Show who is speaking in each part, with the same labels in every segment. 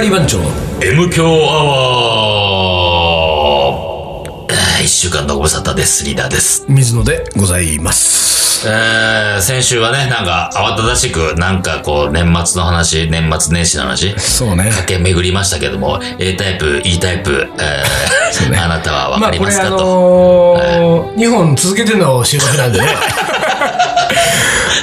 Speaker 1: リ番長
Speaker 2: M 強アワーあー一週間のご無沙汰です。リーダーです。
Speaker 1: 水野でございます
Speaker 2: えー、先週はね、なんか慌ただしく、なんかこう、年末の話、年末年始の話、
Speaker 1: そうね
Speaker 2: 駆け巡りましたけども、A タイプ、E タイプ、 えーあなたはわ
Speaker 1: ま
Speaker 2: か
Speaker 1: あ
Speaker 2: り
Speaker 1: こ
Speaker 2: ま
Speaker 1: れ
Speaker 2: す
Speaker 1: あ
Speaker 2: かと。
Speaker 1: のー、2本続けての収録なん でね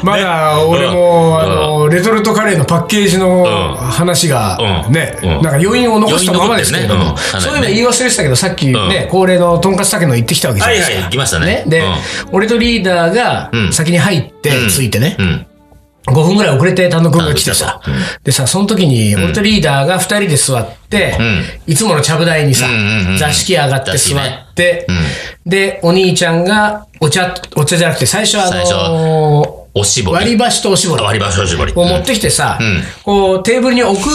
Speaker 1: まだ俺も、
Speaker 2: うん
Speaker 1: あのーレトルトカレーのパッケージの
Speaker 2: ん
Speaker 1: 話が
Speaker 2: うん
Speaker 1: ね、
Speaker 2: うん
Speaker 1: なんか余韻を残したままですけれども、
Speaker 2: 余韻残ってるねうん
Speaker 1: そういうの言い忘れてたけどさっきね、
Speaker 2: うん
Speaker 1: 恒例のとんかつたけの行ってきたわけじゃ
Speaker 2: は
Speaker 1: ない
Speaker 2: い
Speaker 1: です
Speaker 2: は
Speaker 1: か、
Speaker 2: い、来ましたね。
Speaker 1: ね、で、俺とリーダー
Speaker 2: う
Speaker 1: が
Speaker 2: ん
Speaker 1: 先に入って、ついてね
Speaker 2: う、ん。うん。
Speaker 1: 5分ぐらい遅れて単独が来てさ
Speaker 2: 単独来、
Speaker 1: でさ、その時に、俺とリーダーが2人で座って、いつものちゃぶ台にさ
Speaker 2: うんうんうんう、ん
Speaker 1: 座敷上がって座
Speaker 2: 座敷ね
Speaker 1: って、で、お兄ちゃんが、お茶、お茶じゃなくて、最初は
Speaker 2: 最初
Speaker 1: あの
Speaker 2: おしぼ
Speaker 1: ー、
Speaker 2: り。
Speaker 1: 割り箸とおしぼり
Speaker 2: 割り箸おしぼり。
Speaker 1: を持ってきてさ
Speaker 2: ん、
Speaker 1: こう、テーブルに置く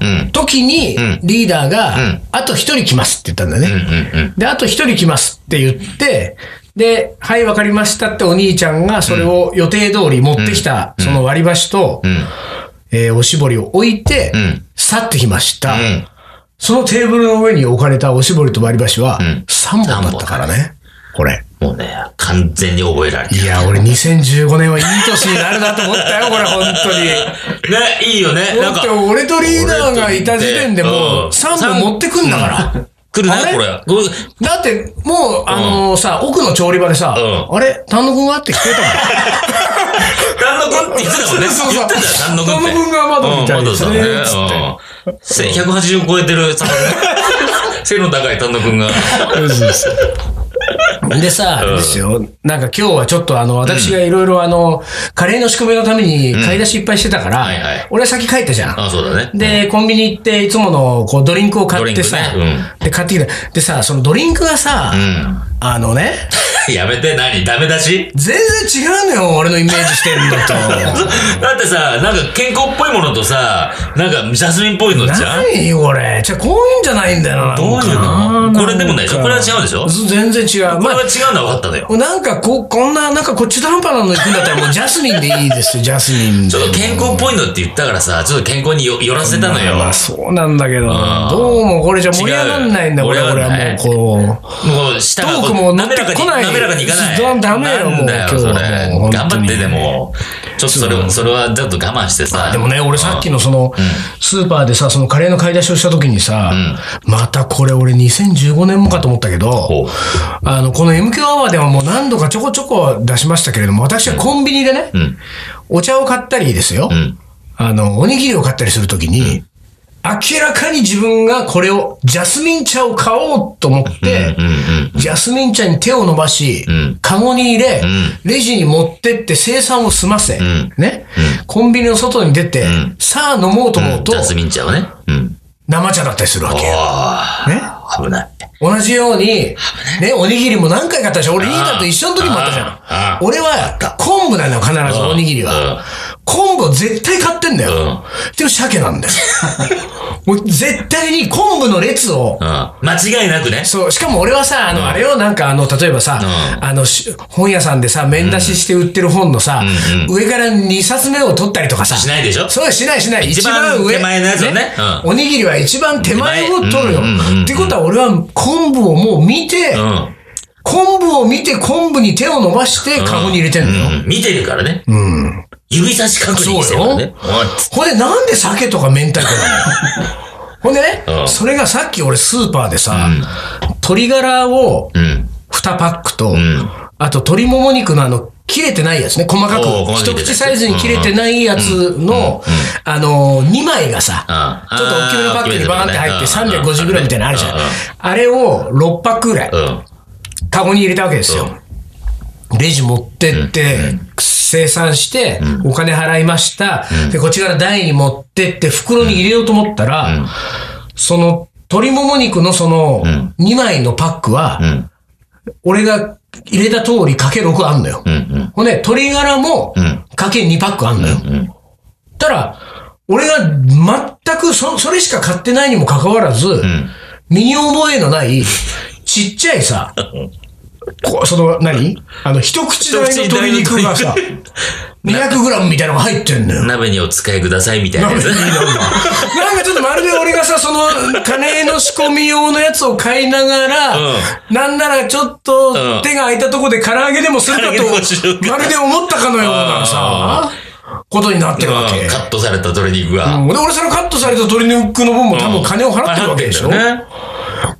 Speaker 2: うん。うん。
Speaker 1: 時に、リーダーが
Speaker 2: ん、
Speaker 1: あと1人来ますって言ったんだね。
Speaker 2: うん。うん。
Speaker 1: で、あと一人来ますって言って、で、はい、わかりましたってお兄ちゃんがそれを予定通り持ってきた、その割り箸と、えーおしぼりを置いて、
Speaker 2: ん
Speaker 1: 去ってきました、
Speaker 2: ん
Speaker 1: そのテーブルの上に置かれたおしぼりと割り箸は、3本だったからね。これ。
Speaker 2: もうね、完全に覚えられてる
Speaker 1: いや、俺2015年はいい年になるなと思ったよ、これ、本当に。
Speaker 2: ね、いいよね。なん
Speaker 1: だっ
Speaker 2: か
Speaker 1: て、。俺とリーダーがいた時点でもう、
Speaker 2: うん
Speaker 1: 3本持ってくんだから。
Speaker 2: 来る
Speaker 1: あれ
Speaker 2: ね、これ。ご
Speaker 1: だって、もう、あのさ、奥の調理場でさ、
Speaker 2: う
Speaker 1: あれ丹野くんはって聞こえたもん。
Speaker 2: 丹野くんって言ってたもんね。
Speaker 1: そうそう
Speaker 2: 言ってたよ、丹野くんって。
Speaker 1: 丹野くんが窓みたいですね
Speaker 2: うん窓さんね。うん。180超えてる、 背の高い丹野くんが。
Speaker 1: でさ、あれ ですよ。なんか今日はちょっとあの、私がいろいろあの、カレーの仕組みのために買い出しいっぱいしてたから、
Speaker 2: はいはい
Speaker 1: 俺は先帰ったじゃん。
Speaker 2: あ、そうだね。
Speaker 1: で、コンビニ行って、いつもの、こう、ドリンクを買ってさ、
Speaker 2: ドリンクね
Speaker 1: で、買ってきた。でさ、そのドリンクがさ、
Speaker 2: うん。
Speaker 1: あのね、
Speaker 2: やめて、何ダメ出し
Speaker 1: 全然違うのよ、俺のイメージしてるのと。
Speaker 2: だってさ、なんか健康っぽいものとさ、なんかジャスミンっぽいの じゃん
Speaker 1: 何これじゃあこういうんじゃないんだよな。
Speaker 2: どういう
Speaker 1: なん
Speaker 2: の
Speaker 1: か
Speaker 2: これでもないでしょこれは違うでしょ
Speaker 1: 全然違う。
Speaker 2: こ
Speaker 1: ま
Speaker 2: れ
Speaker 1: あ
Speaker 2: は違うのは分かったのよ。
Speaker 1: なんかこ、こんな、なんかこっちと半端なの行くんだったらもうジャスミンでいいです よ、ジャスミンで。
Speaker 2: ちょっと健康っぽいのって言ったからさ、ちょっと健康によ寄らせたのよ。
Speaker 1: まあそうなんだけど、どうもこれじゃ盛り上がんないんだ、
Speaker 2: 違う
Speaker 1: 俺は、俺は
Speaker 2: 盛り上がんない
Speaker 1: もうこう。
Speaker 2: もう、下がこう
Speaker 1: トークも乗っ
Speaker 2: 滑
Speaker 1: て
Speaker 2: らかに、
Speaker 1: こない
Speaker 2: 滑らかにいかない。
Speaker 1: だダメよ
Speaker 2: なんだよ、
Speaker 1: もう
Speaker 2: そ
Speaker 1: 今
Speaker 2: れ
Speaker 1: 日はもう。
Speaker 2: 頑張
Speaker 1: 本当
Speaker 2: っ
Speaker 1: に
Speaker 2: て、でも。ちょっとそれを、それはちょっと我慢してさ。
Speaker 1: でもね、俺さっきのその、スーパーでさ、そのカレーの買い出しをした時にさ、またこれ俺2015年もかと思ったけ
Speaker 2: ほ
Speaker 1: ど
Speaker 2: う、
Speaker 1: あの、この MQ アワーではもう何度かちょこちょこ出しましたけれども、私はコンビニでね、
Speaker 2: ん
Speaker 1: お茶を買ったりですよ、
Speaker 2: ん
Speaker 1: あの、おにぎりを買ったりするときに、明らかに自分がこれを、ジャスミン茶を買おうと思って、
Speaker 2: うんうん。
Speaker 1: ジャスミン茶に手を伸ばし、
Speaker 2: ん
Speaker 1: カゴに入れ、レジに持ってって生産を済ませ、
Speaker 2: ん
Speaker 1: ね、コンビニの外に出て、
Speaker 2: ん
Speaker 1: さあ飲もうと思うと
Speaker 2: ジ、ャスミン茶をね。うん。
Speaker 1: 生茶だったりするわ
Speaker 2: お
Speaker 1: けよ。
Speaker 2: ー
Speaker 1: ね。
Speaker 2: 危ない。
Speaker 1: 同じように、ね、おにぎりも何回買ったでしょ俺リーダーと一緒の時もあったじ
Speaker 2: あああ
Speaker 1: ゃ
Speaker 2: あ
Speaker 1: ん。俺は昆布なのよ、必ずおにぎり
Speaker 2: うん
Speaker 1: は。昆布を絶対買ってんだよ。でも鮭なんだよ。 もう絶対に昆布の列を
Speaker 2: う、ん。間違いなくね。
Speaker 1: そう、しかも俺はさ、あの、あれよ、なんかあの、例えばさ、
Speaker 2: う
Speaker 1: あの、し本屋さんでさ、面出しして売ってる本のさ、上から2冊目を取ったりとかさ、
Speaker 2: しないでしょ
Speaker 1: そうしないしない。
Speaker 2: 一番手前のやつをねうん
Speaker 1: おにぎりは一番手前を取るよ
Speaker 2: 手前うんうんうんう。ん
Speaker 1: ってことは俺は昆布をもう見て、
Speaker 2: うん。
Speaker 1: 昆布を見て昆布に手を伸ばしてカゴに入れてんのよ。
Speaker 2: うん見てるからね。うん。指差し確認してるからね。
Speaker 1: ほんでなんで鮭とか明太子な のほんでね、
Speaker 2: うん
Speaker 1: それがさっき俺スーパーでさ、鶏ガラを
Speaker 2: おいうん。
Speaker 1: 2パックと、
Speaker 2: ん
Speaker 1: あと鶏もも肉のあの、切れてないやつね、細かく
Speaker 2: おう細、か
Speaker 1: 一
Speaker 2: く切れてる
Speaker 1: 口サイズに切れてないやつの、あのー、2枚がさ、
Speaker 2: うん
Speaker 1: ちょっと大きめのパックにバーンって入って
Speaker 2: あー大きめのとこね
Speaker 1: 350g みたいなのあるじゃん
Speaker 2: うんうん。
Speaker 1: あれを6パックぐらい、
Speaker 2: うん。
Speaker 1: カゴに入れたわけですよ。レジ持ってって、生産して、お金払いました。で、こっちから台に持ってって、袋に入れようと思ったら、その、鶏もも肉のその、2枚のパックは、
Speaker 2: ん
Speaker 1: 俺が入れた通りかけ6あんのよ。
Speaker 2: うん。うん。
Speaker 1: ほんで、鶏ガラも
Speaker 2: ん、
Speaker 1: かけ2パックあんのよ。たら、俺が全くそ、それしか買ってないにも かかわらず、身に覚えのない、ちっちゃいさ、こう、その、何あの、一口大の鶏肉がさ、200g みたいなのが入ってんのよ。
Speaker 2: 鍋にお使いくださいみたいなやつ。
Speaker 1: なんかちょっとまるで俺がさ、その、金の仕込み用のやつを買いながら、
Speaker 2: うん
Speaker 1: なんならちょっと
Speaker 2: うん
Speaker 1: 手が空いたとこで唐揚げでもするか
Speaker 2: 唐揚げでもしよう
Speaker 1: と、
Speaker 2: か
Speaker 1: まるで思ったかのようなさ、ことになってるわけ。
Speaker 2: うんカットされた鶏肉が。
Speaker 1: うんで、俺そのカットされた鶏肉の分も多分金を払ってるわけでしょ、
Speaker 2: 払ってんだよね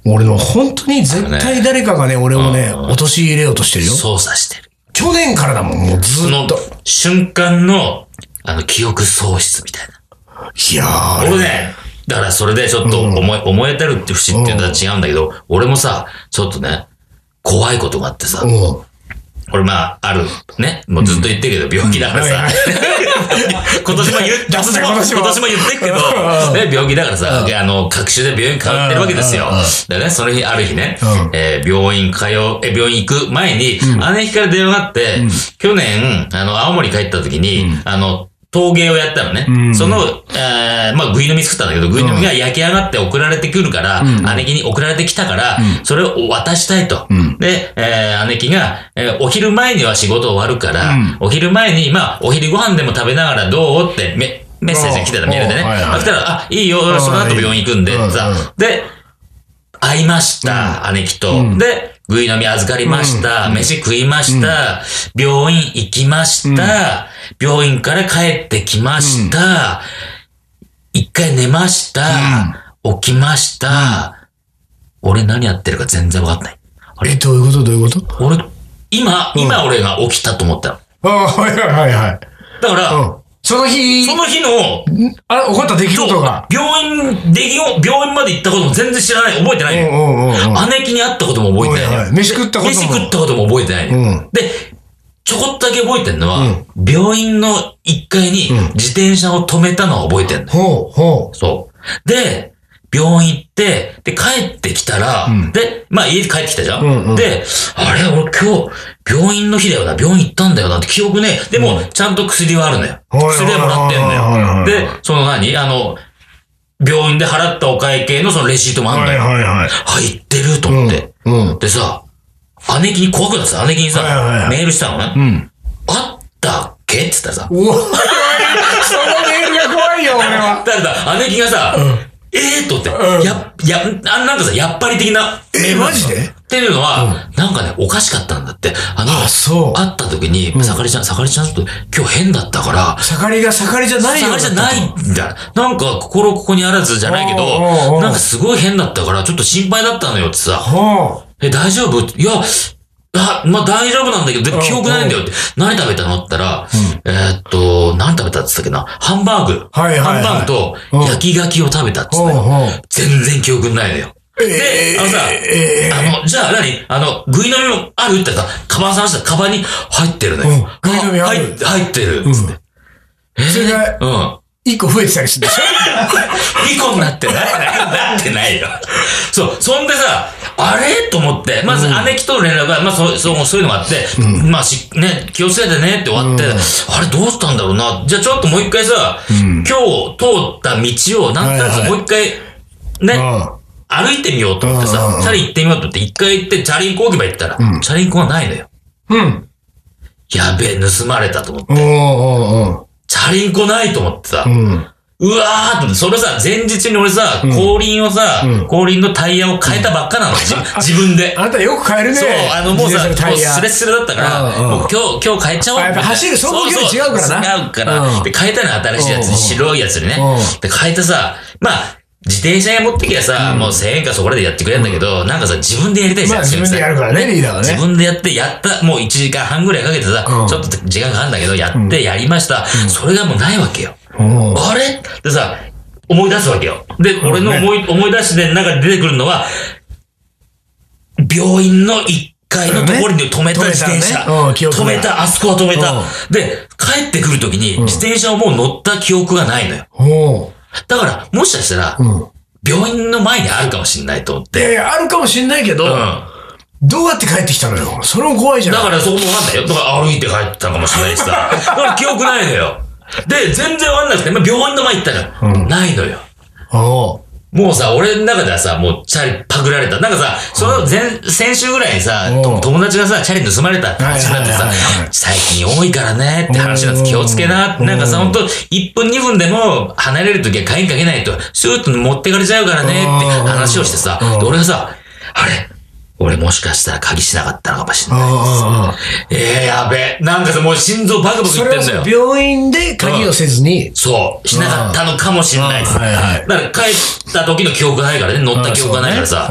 Speaker 1: 俺の本当に絶対誰かがね、俺をね、陥れようとしてるよ。
Speaker 2: 操作してる。
Speaker 1: 去年からだもん、もうず
Speaker 2: そ
Speaker 1: ー
Speaker 2: の
Speaker 1: っと。
Speaker 2: 瞬間の、あの、記憶喪失みたいな。
Speaker 1: いやー、
Speaker 2: 俺ね、だからそれでちょっと思い、思い当たるって節っていうのは違うんだけど、俺もさ、ちょっとね、怖いことがあってさ、
Speaker 1: も
Speaker 2: 俺まあ、ある、ね、もうずっと言ってるけど、病気だから
Speaker 1: うんはい
Speaker 2: さ、 今年も言う、今
Speaker 1: 出す
Speaker 2: 年
Speaker 1: ね
Speaker 2: も、
Speaker 1: 今年も
Speaker 2: 今年も言ってるけど、ね、病気だからさ、あの、各種で病院通ってるわけですよ。でね、その日、ある日ね
Speaker 1: うん、
Speaker 2: えー病院通う、え、病院行く前に、姉貴から電話があって、去年、あの、青森帰った時に、あの、陶芸をやったのね。その、えーまあ、グイの実作ったんだけど、グイの実が焼き上がって送られてくるから、姉貴に送られてきたから、それを渡したいと。で、えー姉貴が、えーお昼前には仕事終わるから、お昼前に、まあ、お昼ご飯でも食べながらどうってメ、メッセージが来てたメールで
Speaker 1: お
Speaker 2: ね。
Speaker 1: うおうはいはい
Speaker 2: あ来たら、あ、いいよ、俺その後病院行くんで、
Speaker 1: うんう
Speaker 2: さ。で、会いました、姉貴と。で、ぐい飲み預かりました、飯食いました、病院行きました、病院から帰ってきました、一回寝ました、起きました、俺何やってるか全然わかんない。あ
Speaker 1: え、
Speaker 2: れ
Speaker 1: どういうことどういうこと
Speaker 2: 俺、今、今俺が起きたと思ったの。
Speaker 1: ああー、はいはいはいはい。
Speaker 2: だから、
Speaker 1: うん。その日、
Speaker 2: その日の、
Speaker 1: あ、起こった出来事が。
Speaker 2: 病院、できを病院まで行ったことも全然知らない、覚えてな
Speaker 1: う
Speaker 2: い
Speaker 1: ん
Speaker 2: のよ。
Speaker 1: うんうんうん。
Speaker 2: 姉貴に会ったことも覚えてないのよ。
Speaker 1: はいはい飯食ったことも
Speaker 2: 飯食ったことも覚えてないのよ。
Speaker 1: うん
Speaker 2: で、ちょこっとだけ覚えてんのは、病院の1階に自転車を止めたのは覚えてんのよ。
Speaker 1: ほうほ
Speaker 2: そう。で、病院行って、で、帰ってきたら、で、まあ家帰ってきたじゃん、
Speaker 1: うんうん
Speaker 2: で、あれ、俺今日、病院の日だよな、病院行ったんだよなって記憶ね、でも、ちゃんと薬はあるのよ。
Speaker 1: はいはいはい
Speaker 2: 薬はもらってん
Speaker 1: はいはいはい
Speaker 2: のよ。で、その何あの、病院で払ったお会計のそのレシートも
Speaker 1: う。
Speaker 2: あるのよ。
Speaker 1: はいはい。
Speaker 2: 入ってると思って。
Speaker 1: うん。うん。
Speaker 2: でさ、姉貴に怖くなってさ、姉貴にさ、
Speaker 1: はいはいはい
Speaker 2: メールしたのね。
Speaker 1: うん。
Speaker 2: あったっけって言ったらさ、
Speaker 1: おおそのメールが怖いよ、俺は。
Speaker 2: だから姉貴がさ、ええー、とって、
Speaker 1: うん
Speaker 2: や、や、あなんかさ、やっぱり的な。
Speaker 1: え、マジで
Speaker 2: っていうのは、なんかね、おかしかったんだって。あの、
Speaker 1: あそう
Speaker 2: 会った時に、さかりちゃん、さかりちゃんちょっと今日変だったから、
Speaker 1: 盛りが盛りじゃないよ
Speaker 2: さ
Speaker 1: う
Speaker 2: か
Speaker 1: だ
Speaker 2: り
Speaker 1: っ
Speaker 2: ち
Speaker 1: たと。
Speaker 2: ゃないんだ。なんか心ここにあらずじゃないけ
Speaker 1: おうおうお
Speaker 2: ど、
Speaker 1: う
Speaker 2: なんかすごい変だったから、ちょっと心配だったのよってさ、
Speaker 1: ほ
Speaker 2: え、大丈夫いや、あ、まあ、大丈夫なんだけど、でも記憶ないんだよって。何食べたのって言ったら、えーっと、何食べたって言ったっけなハンバーグ。
Speaker 1: はいはいはい
Speaker 2: ハンバーグと
Speaker 1: うん
Speaker 2: 焼きガキを食べたって言
Speaker 1: う。
Speaker 2: ったよ
Speaker 1: ほうほう。
Speaker 2: 全然記憶にないのよ。で、あのさ、
Speaker 1: え
Speaker 2: あの、じゃあ何あの、グイ飲みもあるってさ、カバン探したらカバンに入ってるの
Speaker 1: うん
Speaker 2: よ。
Speaker 1: グイ飲みある
Speaker 2: 入って入ってる。つって。
Speaker 1: ー、それが
Speaker 2: うん。
Speaker 1: 一個増えてたりするんでし
Speaker 2: 2個になってない。なってないよ。そう。そんでさ、あれと思って、まず姉貴と連絡が、まあそうそうそういうのがあって、まあし、ね、気をつけてねって終わって、あれどうしたんだろうな。じゃあちょっともう一回さ、今日通った道を、なんとなくもう一回、ね、
Speaker 1: ょ。うん。
Speaker 2: 歩いてみようと思って
Speaker 1: うんうん
Speaker 2: さ
Speaker 1: う、ん
Speaker 2: チャリ行ってみようと思って、一回行ってチャリンコ置き場行ったら、チャリンコがないのよ。
Speaker 1: うん。
Speaker 2: やべえ、盗まれたと思って。
Speaker 1: おーお
Speaker 2: チャリンコないと思ってさ
Speaker 1: ーおー、うん。
Speaker 2: うわーって思って、それさ、前日に俺さ、後輪をさ、後輪のタイヤを変えたばっかなの、じ自分で。
Speaker 1: あなたよく買えるね。
Speaker 2: そう、あのもう
Speaker 1: 自転車の
Speaker 2: さ、もう
Speaker 1: タイヤ
Speaker 2: スレスレだったから、
Speaker 1: うんうん
Speaker 2: もう今日、今日変えちゃおう
Speaker 1: あやっぱ走る走行距離違うからな
Speaker 2: そうそう違うから、
Speaker 1: うん
Speaker 2: で、変えたの新しいやつ
Speaker 1: うんう
Speaker 2: に、
Speaker 1: ん
Speaker 2: 白いやつにね。
Speaker 1: う
Speaker 2: で、変えたさ、まあ、自転車屋持ってきゃさ、もう1000円かそこらでやってくれるんだけど、なんかさ、自分でやりたいじゃん。
Speaker 1: まあ自分でやるからね、リーダーはね
Speaker 2: 自。分でやって、やった、もう1時間半ぐらいかけてさ、
Speaker 1: うん
Speaker 2: ちょっと時間かかるんだけど、やって、やりました。それがもうないわけよ。
Speaker 1: うん
Speaker 2: あれでさ、思い出すわけよ。で、俺の思い、思い出しで中で出てくるのは、病院の1階のところに止めた
Speaker 1: そうだね
Speaker 2: 自転車。
Speaker 1: 止めたねうん記憶
Speaker 2: 止
Speaker 1: が
Speaker 2: めた、あそこは止め
Speaker 1: うん
Speaker 2: た。で、帰ってくるときに、自転車をもう乗った記憶がないのよ。
Speaker 1: ほ
Speaker 2: だから、もしかしたら
Speaker 1: う。、うん。
Speaker 2: 病院の前にあるかもしれないと思って。
Speaker 1: いやいや、あるかもしんないけど、
Speaker 2: うん。
Speaker 1: どうやって帰ってきたのよ。それも怖いじゃん。
Speaker 2: だからそこもわかんないよ。だから歩いて帰ってたかもしれないしさ。だから記憶ないのよ。で、全然わかんなくて、まあ、病院の前行ったじゃん。ないのよ。
Speaker 1: おう
Speaker 2: もうさ、俺の中ではさ、もうチャリパクられた。なんかさ、その前、先週ぐらいにさ
Speaker 1: おう、
Speaker 2: と友達がさ、チャリ盗まれたって話になって
Speaker 1: はい
Speaker 2: さ
Speaker 1: はいはいはい、
Speaker 2: 最近多いからねって話なんです。気をつけなっ
Speaker 1: お
Speaker 2: て。
Speaker 1: う
Speaker 2: なんかさ、ほんと、1分2分でも離れるときは鍵かけないと、シューッと持ってかれちゃうからねって話をしてさ
Speaker 1: おう、
Speaker 2: で俺がさ、あれ俺もしかしたら鍵しなかったのかもしれない。
Speaker 1: ああ
Speaker 2: ええやべえ。なんかさ、もう心臓バクバクい
Speaker 1: そ
Speaker 2: っ
Speaker 1: れ
Speaker 2: て
Speaker 1: は
Speaker 2: んだよ
Speaker 1: さ。病院で鍵をせずに、
Speaker 2: そう、しなかったのかもしれないです。
Speaker 1: うんはいはい
Speaker 2: だから帰った時の記憶がないからね、乗った記憶がないからさ、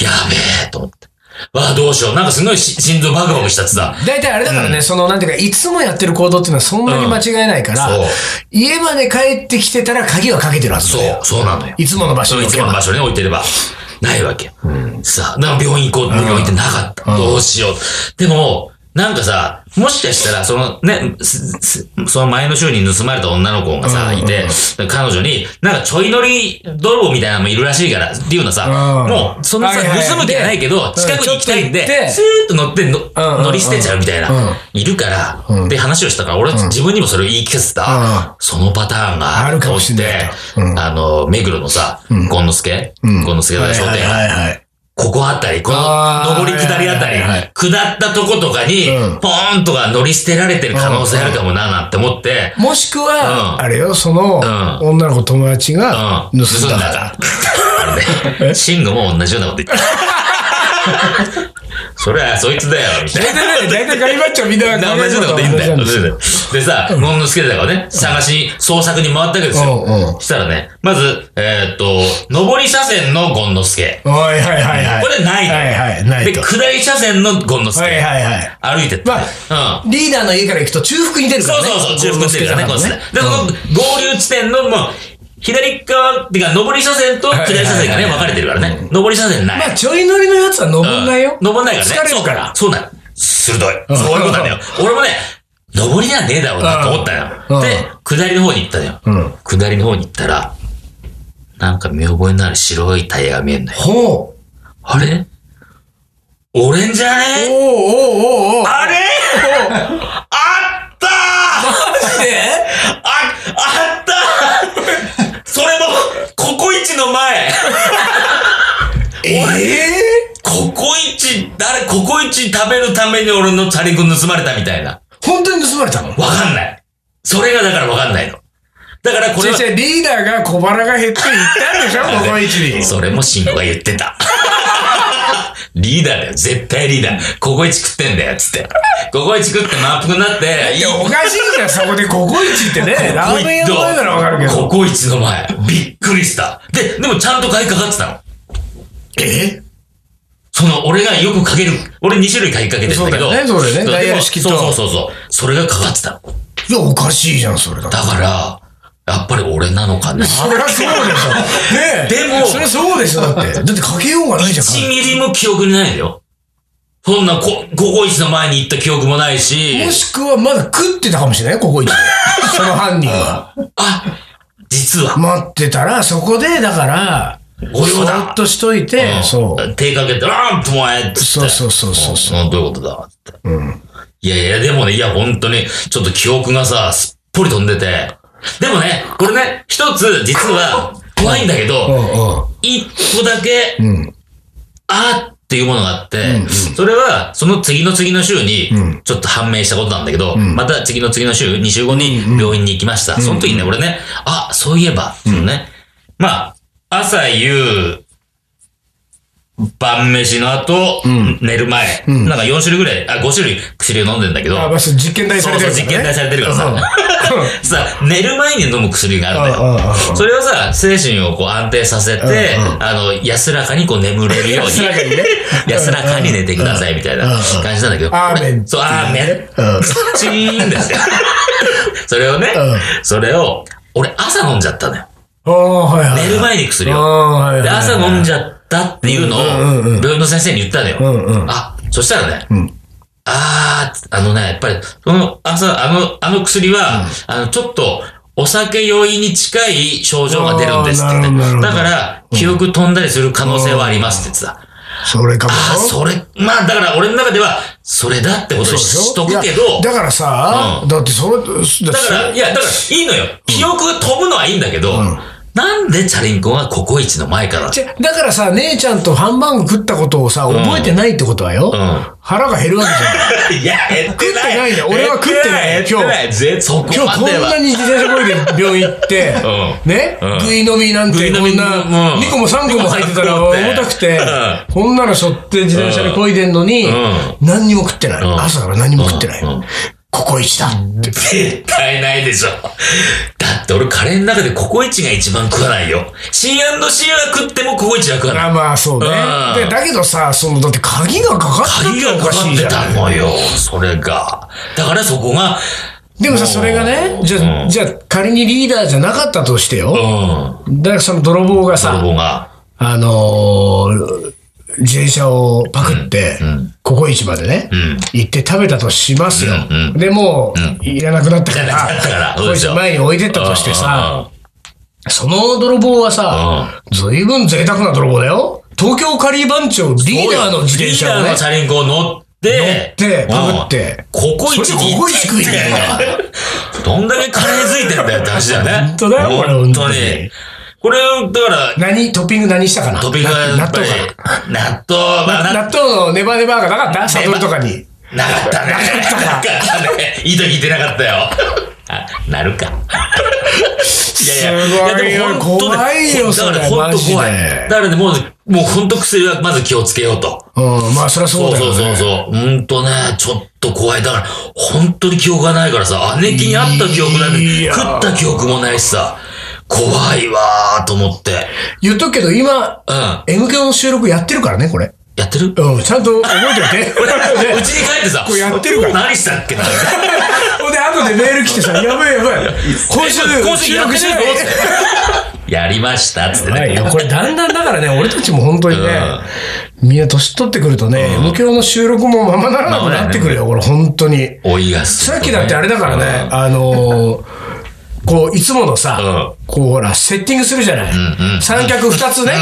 Speaker 2: やべえと思って。わあ、どうしよう。なんかすごいし心臓バクバクしたってさ。
Speaker 1: 大体あれだからね、その、なんていうか、いつもやってる行動っていうのはそんなに間違いないから、
Speaker 2: うんそう
Speaker 1: 家まで帰ってきてたら鍵はかけてるはず
Speaker 2: そ
Speaker 1: だよ
Speaker 2: う、そうなのよ。
Speaker 1: いつもの場所
Speaker 2: そう
Speaker 1: に
Speaker 2: い
Speaker 1: 置
Speaker 2: つ
Speaker 1: けば
Speaker 2: もの場所に置いてれば。ないわけ。さあ、だから病院行こうって病院ってなかった。どうしよう。でも、なんかさ、もしかしたら、そのね、すすその前の週に盗まれた女の子がさ、
Speaker 1: うん
Speaker 2: いて、彼女に、なんかちょい乗り泥棒みたいなのもいるらしいから、っていうのさ、
Speaker 1: うん
Speaker 2: もう、そんなさ、
Speaker 1: はいはい
Speaker 2: 盗むじゃないけど、近くに行きたいん
Speaker 1: ちょっと行っ
Speaker 2: で、
Speaker 1: て
Speaker 2: スーッと乗っての
Speaker 1: うんうんうん
Speaker 2: 乗り捨てちゃうみたい
Speaker 1: うん
Speaker 2: な、いるから、って話をしたから、俺は自分にもそれを言い聞かせて
Speaker 1: うん
Speaker 2: た、そのパターンが
Speaker 1: あるかもしれない
Speaker 2: 起きてあの、目黒のさ、ゴンの助ゴンの助
Speaker 1: はい
Speaker 2: 大商
Speaker 1: はい
Speaker 2: 店。
Speaker 1: はいはい。
Speaker 2: ここあたり、この
Speaker 1: あー
Speaker 2: 上り下りあた
Speaker 1: は
Speaker 2: り
Speaker 1: いはいはい、
Speaker 2: 下ったとことかに
Speaker 1: うん、
Speaker 2: ポーンとか乗り捨てられてる可能性あるかもな、なんて思って、
Speaker 1: もしくは、
Speaker 2: うん
Speaker 1: あれよ、その、
Speaker 2: ん
Speaker 1: 女の子友達が
Speaker 2: う
Speaker 1: 盗
Speaker 2: ん、
Speaker 1: ん
Speaker 2: 盗
Speaker 1: だ
Speaker 2: んだ
Speaker 1: から。
Speaker 2: ら。 あれね、シングも同じようなこと言った。 それはそいつだよ、みたいな
Speaker 1: 大。体ね、大体ガリバッチョみんな
Speaker 2: 同じようなこと言うんだよ。同じようなことでさ、ゴンの助だからね、探しに、捜索に回ったわけですよ。
Speaker 1: うんうん
Speaker 2: そしたらね、まず、えーっと、上り車線のゴンの助。
Speaker 1: はいはいはいはい。
Speaker 2: これないの
Speaker 1: はいはい、ない
Speaker 2: で、
Speaker 1: と。
Speaker 2: 下り車線のゴンの助。
Speaker 1: はいはいはい。
Speaker 2: 歩いてって。
Speaker 1: ま
Speaker 2: うん。
Speaker 1: リーダーの家から行くと中腹に出るか
Speaker 2: そ
Speaker 1: ら
Speaker 2: う
Speaker 1: ね。
Speaker 2: そうそう、中腹っていうかね、こ
Speaker 1: ゴ
Speaker 2: う
Speaker 1: ン
Speaker 2: で
Speaker 1: の助
Speaker 2: すね
Speaker 1: だか。
Speaker 2: で、その合流地点の、もう、左側、っていうか、上り車線と下り車線が
Speaker 1: はいはい
Speaker 2: ね、
Speaker 1: はい
Speaker 2: 分かれてるからね。上り車線ない。
Speaker 1: らまあ、ちょい乗りのやつは登んないよ。
Speaker 2: 登んないからね。
Speaker 1: 疲れるから。
Speaker 2: そうそうなの。鋭い。そういうことなんだよ。俺もね、登りじゃねえだろうなと思った
Speaker 1: うん
Speaker 2: よ。で、下りの方に行ったのよ。
Speaker 1: うん
Speaker 2: 下りの方に行ったら、なんか見覚えのある白いタイヤが見えんのよ。
Speaker 1: ほう。
Speaker 2: あれ俺んじ
Speaker 1: お
Speaker 2: ゃ
Speaker 1: ー
Speaker 2: ねえ
Speaker 1: おーおーおー
Speaker 2: あれ
Speaker 1: おー
Speaker 2: あった
Speaker 1: マ
Speaker 2: ー
Speaker 1: ジで
Speaker 2: あ、あったーそれも、ココイチの前
Speaker 1: ええ
Speaker 2: ココイチ、誰、ココイチ食べるために俺のチャリくん盗まれたみたいな。
Speaker 1: 本当に盗まれたの
Speaker 2: わかんない。それがだからわかんないの。だからこれは、
Speaker 1: 先生、リーダーが小腹が減って行ったんでしょここ一に。
Speaker 2: それも慎吾が言ってた。リーダーだよ。絶対リーダー。ココイチ食ってんだよ。つって。ココイチ食って満腹になって、いい
Speaker 1: いや、おかしいじゃん、そこでココイチってね。ラーメン屋の前ならわかるけ
Speaker 2: コ
Speaker 1: ど。
Speaker 2: コイチの前。びっくりした。で、でもちゃんと買いかかってたの。
Speaker 1: え
Speaker 2: その、俺がよくかける、俺2種類買いかけてんだ
Speaker 1: そ
Speaker 2: けど。
Speaker 1: うだよねそうだよね
Speaker 2: でも
Speaker 1: ダイヤル式と
Speaker 2: そうそうそうそう。それがかかってたの。
Speaker 1: いや、おかしいじゃん、それだ。
Speaker 2: だから、やっぱり俺なのかな。
Speaker 1: そりゃそうでしょ。ねえ。
Speaker 2: でも
Speaker 1: そりゃそうでしょ、だって。だってかけようがないじゃん。
Speaker 2: 1ミリも記憶にないのよ。そんなコ、ココイチの前に行った記憶もないし。
Speaker 1: もしくはまだ食ってたかもしれない、ココイ チ。その犯人は。
Speaker 2: あ、実は、
Speaker 1: 待ってたら、そこで、だから、
Speaker 2: ご用だ。
Speaker 1: そっとしといて、そう
Speaker 2: 手かけて、あーともえっつって。
Speaker 1: そうそうそうそうそ
Speaker 2: うんどういうことだって。いやいや、でもね、いや、本当に、ちょっと記憶がさ、すっぽり飛んでて。でもね、これね、一つ、実は、怖いんだ
Speaker 1: う。
Speaker 2: け
Speaker 1: うん
Speaker 2: ど、
Speaker 1: う
Speaker 2: 一個だけ、
Speaker 1: ん。うん。
Speaker 2: あーっていうものがあって、それは、その次の次の週に、ちょっと判明したことなんだけど、また次の次の週、2週後に病院に行きました。その時ね、俺ね、あ、そういえば、そのね、まあ、朝夕、晩飯の後、寝る前、なんか4種類ぐらい、あ、5種類薬を飲んでんだけど、
Speaker 1: あ、まず実験台さ
Speaker 2: そ
Speaker 1: れ
Speaker 2: う
Speaker 1: て
Speaker 2: そう、
Speaker 1: るからね。
Speaker 2: 実験台されてるから
Speaker 1: うん
Speaker 2: さ、さ、寝る前に飲む薬があるんだよ。
Speaker 1: うんうんうんうん
Speaker 2: それはさ、精神をこう安定させて、あの、安らかにこう眠れるように。
Speaker 1: 安らかにね
Speaker 2: 安らかに寝てくださいみたいな感じなんだけど。
Speaker 1: アーメン
Speaker 2: そう、アーメン。
Speaker 1: うん
Speaker 2: チー ンですよ。それをね、
Speaker 1: う
Speaker 2: それを、俺朝飲んじゃったのよ。
Speaker 1: ああ、はいはい。
Speaker 2: 寝る前に薬を。
Speaker 1: ああー、はいはい。
Speaker 2: で、朝飲ん
Speaker 1: じ
Speaker 2: じゃったっていうの
Speaker 1: う
Speaker 2: を
Speaker 1: んうんうん、
Speaker 2: 病院の先生に言ったのよ。
Speaker 1: んうん
Speaker 2: あ、そしたらね、
Speaker 1: ん
Speaker 2: あー、あのね、やっぱり、その朝、あの、あの薬は、あの、ちょっと、お酒酔いに近い症状が出るんですって
Speaker 1: あ
Speaker 2: 言
Speaker 1: ーなる
Speaker 2: っ
Speaker 1: ほど
Speaker 2: て。だから、記憶飛んだりする可能性はありますって言ってた。
Speaker 1: それかもよ。
Speaker 2: あー、それ、まあ、だから俺の中では、それだってことにしとくけど
Speaker 1: い、やだからさ、
Speaker 2: う
Speaker 1: だってそれ、だ
Speaker 2: だから、いや、だから、いいのよ。記憶が飛ぶのはいいんだけど、なんでチャリンコがココイチの前から
Speaker 1: じゃだからさ、姉ちゃんとハンバーグ食ったことをさ、覚えてないってことはよ、
Speaker 2: ん
Speaker 1: 腹が減るわけじゃん。
Speaker 2: いや、減って
Speaker 1: 食っ
Speaker 2: ない。
Speaker 1: てないんだよ俺は食ってない
Speaker 2: 減ってない。絶そこまで
Speaker 1: 今日
Speaker 2: は
Speaker 1: こんなに自転車こいで病院行って、
Speaker 2: うん
Speaker 1: ね、
Speaker 2: うん
Speaker 1: 食い飲みなんてこ
Speaker 2: 食い飲み
Speaker 1: んな、
Speaker 2: うん
Speaker 1: 2個も3個も入ってた ら
Speaker 2: うん
Speaker 1: 重たくて、
Speaker 2: う
Speaker 1: こんなの背負って自転車でこいでんのに、
Speaker 2: うん
Speaker 1: 何にも食ってない、
Speaker 2: ん
Speaker 1: 朝から何も食ってない。
Speaker 2: うんうん
Speaker 1: ココイチだって。
Speaker 2: 絶対ないでしょ。だって俺カレーの中でココイチが一番食わないよ。C&C は食ってもココイチは食わない。
Speaker 1: あまあそうね、
Speaker 2: うん
Speaker 1: でだけどさ、その、だって鍵がかかって
Speaker 2: 鍵
Speaker 1: た
Speaker 2: が
Speaker 1: らお
Speaker 2: か
Speaker 1: か
Speaker 2: か
Speaker 1: しい
Speaker 2: っ
Speaker 1: じ
Speaker 2: て
Speaker 1: ゃ
Speaker 2: た
Speaker 1: ん。
Speaker 2: のよ、それが。だからそこが、
Speaker 1: でもさ、それがね、じゃ
Speaker 2: う
Speaker 1: あ、
Speaker 2: ん
Speaker 1: じゃあ仮にリーダーじゃなかったとして
Speaker 2: う
Speaker 1: よ。
Speaker 2: ん、
Speaker 1: だからその泥棒がさ、
Speaker 2: 泥棒が。
Speaker 1: あのー自転車をパクって、ここ市までね、
Speaker 2: ん
Speaker 1: 行って食べたとしますよ。
Speaker 2: うんう
Speaker 1: でもう、いらなくなったか
Speaker 2: いらなくなったから
Speaker 1: ら、
Speaker 2: そ
Speaker 1: こ
Speaker 2: う
Speaker 1: こ
Speaker 2: でし
Speaker 1: 市
Speaker 2: ょ
Speaker 1: 前に置いてったとしてさ、その泥棒はさ、ずいぶん贅沢な泥棒だよ。東京カリー番長リーダーの自転車を
Speaker 2: リーダー
Speaker 1: ね
Speaker 2: の、チャリンコを乗って、
Speaker 1: 乗ってパクって
Speaker 2: うんココイチ
Speaker 1: そ
Speaker 2: に行って
Speaker 1: れでココイチ食いに行ったんだ
Speaker 2: どんだけカレー付いてんだよって話だよね。
Speaker 1: 本当だよこれ
Speaker 2: 本当
Speaker 1: 本
Speaker 2: に
Speaker 1: 当に。
Speaker 2: これ、だから、
Speaker 1: 何、トッピング何したかな
Speaker 2: 飛びがや
Speaker 1: 納
Speaker 2: っ
Speaker 1: 豆
Speaker 2: ぱり
Speaker 1: かな、
Speaker 2: 納豆、まあ
Speaker 1: な
Speaker 2: な
Speaker 1: 納豆のネバネバがなかった
Speaker 2: ネ
Speaker 1: サ
Speaker 2: バ
Speaker 1: ドルとかに。
Speaker 2: なかったね。なかったね。 糸引いてなかったよ。あ、なるか。いやいや、
Speaker 1: すごいよ
Speaker 2: やでも本当ね
Speaker 1: 怖いよ
Speaker 2: だから
Speaker 1: それ
Speaker 2: 本
Speaker 1: マ
Speaker 2: 当
Speaker 1: ジで
Speaker 2: 怖い。だからね、もう、もう本当薬はまず気をつけようと。
Speaker 1: うん、まあそりゃそう
Speaker 2: そう
Speaker 1: だよ、
Speaker 2: そ
Speaker 1: ね。
Speaker 2: うそうそう。うんとね、ちょっと怖い。だから、本当に記憶がないからさ、姉貴に会った記憶なん
Speaker 1: い
Speaker 2: て、
Speaker 1: や
Speaker 2: 食った記憶もないしさ、怖いわーと思って。
Speaker 1: 言っとくけど、今、
Speaker 2: うん。
Speaker 1: M 響の収録やってるからね、これ。
Speaker 2: やってる
Speaker 1: うん、ちゃんと覚えておいて。
Speaker 2: う
Speaker 1: ね
Speaker 2: ちに帰ってさ、
Speaker 1: これやってるから
Speaker 2: 何したっけな。
Speaker 1: ほんで、後でメール来 てさ、やばいやばい。今週、
Speaker 2: 今週やってる
Speaker 1: 収
Speaker 2: ぞ
Speaker 1: 録し
Speaker 2: って。 やりましたっつって
Speaker 1: ない
Speaker 2: ね。
Speaker 1: よ。これだんだんだからね、俺たちも本当にね、みんな年取ってくるとね、M 響の収録もままならなくなってくるよ、これ、本当に。
Speaker 2: 追いがす
Speaker 1: さ
Speaker 2: る
Speaker 1: っ
Speaker 2: と
Speaker 1: き
Speaker 2: ね
Speaker 1: だってあれだからね、。あのー、 こう、いつものさ、
Speaker 2: う
Speaker 1: こう、ほら、セッティングするじゃない。三脚二つね
Speaker 2: うん。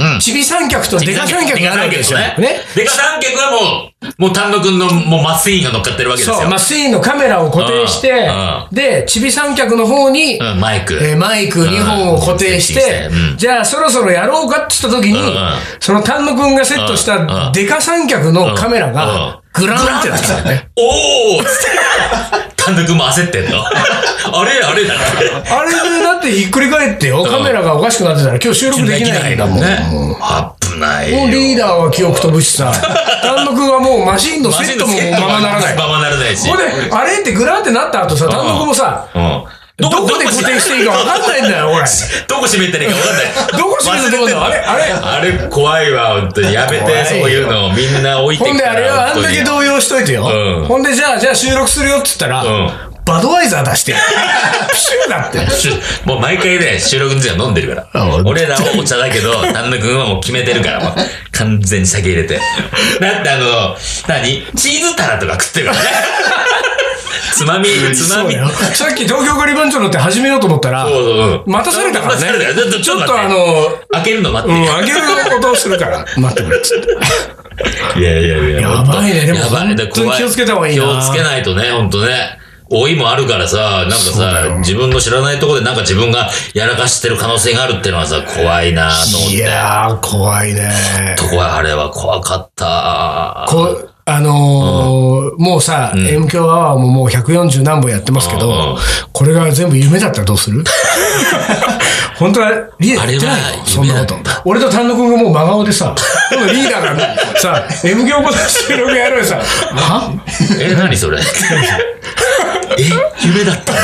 Speaker 2: うんうん。
Speaker 1: ちび三脚とデカ三脚があるわけですよ。ね
Speaker 2: ね。。でか三脚はもう、もう丹野くんのもう麻酔が乗っかってるわけですよ。
Speaker 1: そう、まあ、スイのカメラを固定して
Speaker 2: うん、
Speaker 1: で、ちび三脚の方に、
Speaker 2: うん、マイク。
Speaker 1: えーマイク2本を固定して
Speaker 2: う、
Speaker 1: じゃあそろそろやろうかって言った時に
Speaker 2: うんうん、
Speaker 1: その丹野くんがセットし
Speaker 2: うんう
Speaker 1: た
Speaker 2: ん
Speaker 1: デカ三脚のカメラがグランってなってたよね。
Speaker 2: おーつって。単独も焦ってんの。 あれあれだって。
Speaker 1: あれでだってひっくり返ってよ、カメラがおかしくなってたら今日収録できないんだもん。
Speaker 2: ね
Speaker 1: も。
Speaker 2: 危ないよ。
Speaker 1: うリーダーは記憶飛ぶし さ、丹野くんはもうマシンの
Speaker 2: マ
Speaker 1: セ
Speaker 2: ジ
Speaker 1: ッ
Speaker 2: で
Speaker 1: トも
Speaker 2: セット
Speaker 1: ままならない。
Speaker 2: ま
Speaker 1: こ
Speaker 2: まならないし。
Speaker 1: こで、あれってグランってなった後さ、丹野くんもさ、
Speaker 2: うん。
Speaker 1: どこで固定していいか分かんないんだよ、俺。
Speaker 2: どこ閉めたらいいか分かんない。
Speaker 1: どこ閉めてどうなの
Speaker 2: 忘れてんの
Speaker 1: あれ
Speaker 2: あれ怖いわ、本当に。やめ
Speaker 1: 怖い
Speaker 2: て、
Speaker 1: よ
Speaker 2: そういうのをみんな置いて
Speaker 1: ほん
Speaker 2: く
Speaker 1: で
Speaker 2: から
Speaker 1: あれはあんだけ動揺しといてよ。
Speaker 2: うん
Speaker 1: ほんでじゃあ、じゃあ収録するよっつったら、
Speaker 2: うん
Speaker 1: バドワイザー出して。プシューだって。
Speaker 2: もう毎回ね、収録の時は飲んでるか
Speaker 1: あ
Speaker 2: ら。俺らはお茶だけ ど、丹野くんはもう決めてるから、もう完全に酒入れ て。だってあの、何チーズタラとか食ってるからね。 つまみ、つま
Speaker 1: そう
Speaker 2: み。
Speaker 1: よ。さっき東京ガリバンチョロって始めようと思ったら、
Speaker 2: そうそううん
Speaker 1: 待たされたからね
Speaker 2: 待たされたよ
Speaker 1: ちょっ
Speaker 2: 待
Speaker 1: と
Speaker 2: て
Speaker 1: あの、
Speaker 2: 開けるの待っ
Speaker 1: う
Speaker 2: て
Speaker 1: ん、あげることをする から、待ってくれっつって。
Speaker 2: いやいやいや。
Speaker 1: やばいねでも
Speaker 2: やばいね
Speaker 1: 本当に気をつけた方がいいな
Speaker 2: 気をつけないとね、本当ね。老いもあるからさ、なんかさ、自分の知らないところでなんか自分がやらかしてる可能性があるっていうのはさ、怖いなと思っ
Speaker 1: い
Speaker 2: て。
Speaker 1: やー、怖いね。
Speaker 2: とこはあれは怖かった。
Speaker 1: こう、あのーもうさ、M 響アワーももう140何本やってますけど、
Speaker 2: うんうん
Speaker 1: これが全部夢だったらどうする 本当はリーダーやってないよ、
Speaker 2: あれは
Speaker 1: そんなこと
Speaker 2: 夢だっ。
Speaker 1: 俺と丹野くんがもう真顔でさ、今度リーダー がさ、M 響ごと収録やるのにさ、は
Speaker 2: え、何それえ、夢だったの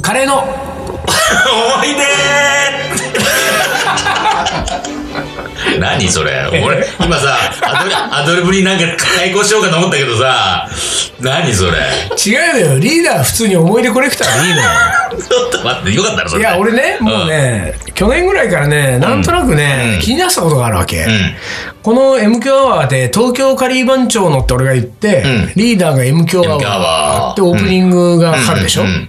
Speaker 1: カレーの
Speaker 2: 思い出何それ俺、今さ、アドリアドリブになんか対抗しようかと思ったけどさ、何それ
Speaker 1: 違うのよ、リーダー普通に思い出コレクターでいいのよ。
Speaker 2: ちょっと待って、よかったらそ
Speaker 1: い
Speaker 2: れ。
Speaker 1: や、俺ね、もうね、去年ぐらいからね、なんとなくね、
Speaker 2: うん
Speaker 1: 気になってたことがあるわけ。
Speaker 2: う
Speaker 1: この M 響アワーで東京カリー番長のって俺が言って、
Speaker 2: うん
Speaker 1: リーダーが M 響ア
Speaker 2: M 響ア
Speaker 1: ワー
Speaker 2: ワー
Speaker 1: ってオープニングがかかるでしょ、
Speaker 2: うんうんうん
Speaker 1: ま